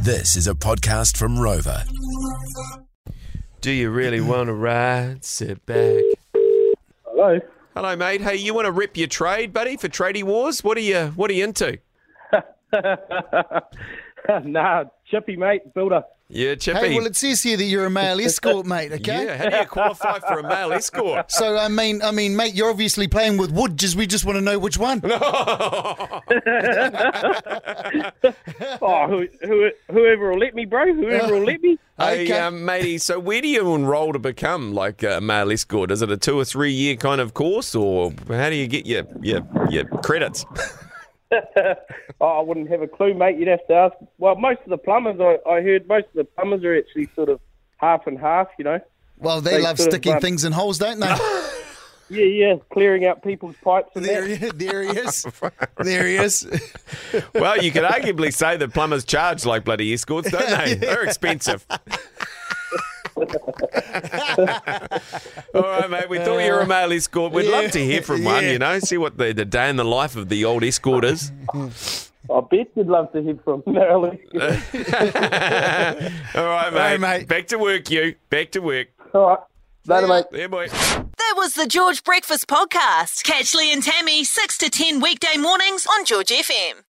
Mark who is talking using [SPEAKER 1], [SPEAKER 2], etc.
[SPEAKER 1] This is a podcast from Rover.
[SPEAKER 2] Do you really want to ride? Sit back.
[SPEAKER 3] Hello.
[SPEAKER 2] Hello, mate. Hey, you want to rip your trade, buddy, for tradie wars? What are you What are you into?
[SPEAKER 3] nah, chippy mate, builder.
[SPEAKER 2] Yeah, chippy.
[SPEAKER 4] Hey, well, it says here that you're a male escort, mate. Okay.
[SPEAKER 2] yeah. How do you qualify for a male escort?
[SPEAKER 4] So I mean, I mean, mate, you're obviously playing with wood. Just we just want to know which one.
[SPEAKER 3] Oh, who, who, whoever will let me, bro. Whoever will let me.
[SPEAKER 2] Hey,
[SPEAKER 4] Okay.
[SPEAKER 2] um, matey. So, where do you enroll to become like a male escort? Is it a two or three year kind of course, or how do you get your your, your credits?
[SPEAKER 3] Oh, I wouldn't have a clue, mate. You'd have to ask. Well, most of the plumbers, I, I heard, most of the plumbers are actually sort of half and half, you know.
[SPEAKER 4] Well, they
[SPEAKER 3] They
[SPEAKER 4] love
[SPEAKER 3] sort of
[SPEAKER 4] sticking
[SPEAKER 3] run-
[SPEAKER 4] things in holes, don't they?
[SPEAKER 3] Yeah, yeah, clearing out people's pipes and
[SPEAKER 4] there,
[SPEAKER 3] that.
[SPEAKER 4] he, there he is. There he is.
[SPEAKER 2] Well, you could arguably say that plumbers charge like bloody escorts, don't they? They're expensive. All right, mate. We thought you were a male escort. We'd love to hear from one,
[SPEAKER 4] Yeah.
[SPEAKER 2] you know, see what the, the day in the life of the old escort is.
[SPEAKER 3] I bet you'd love to hear from Marilyn.
[SPEAKER 2] All right, mate.
[SPEAKER 4] right, mate.
[SPEAKER 2] Back to work, you. Back to work.
[SPEAKER 3] All right. Later, mate.
[SPEAKER 2] There, boy.
[SPEAKER 5] That was the George Breakfast Podcast. Catch Lee and Tammy 6 to 10 weekday mornings on George FM.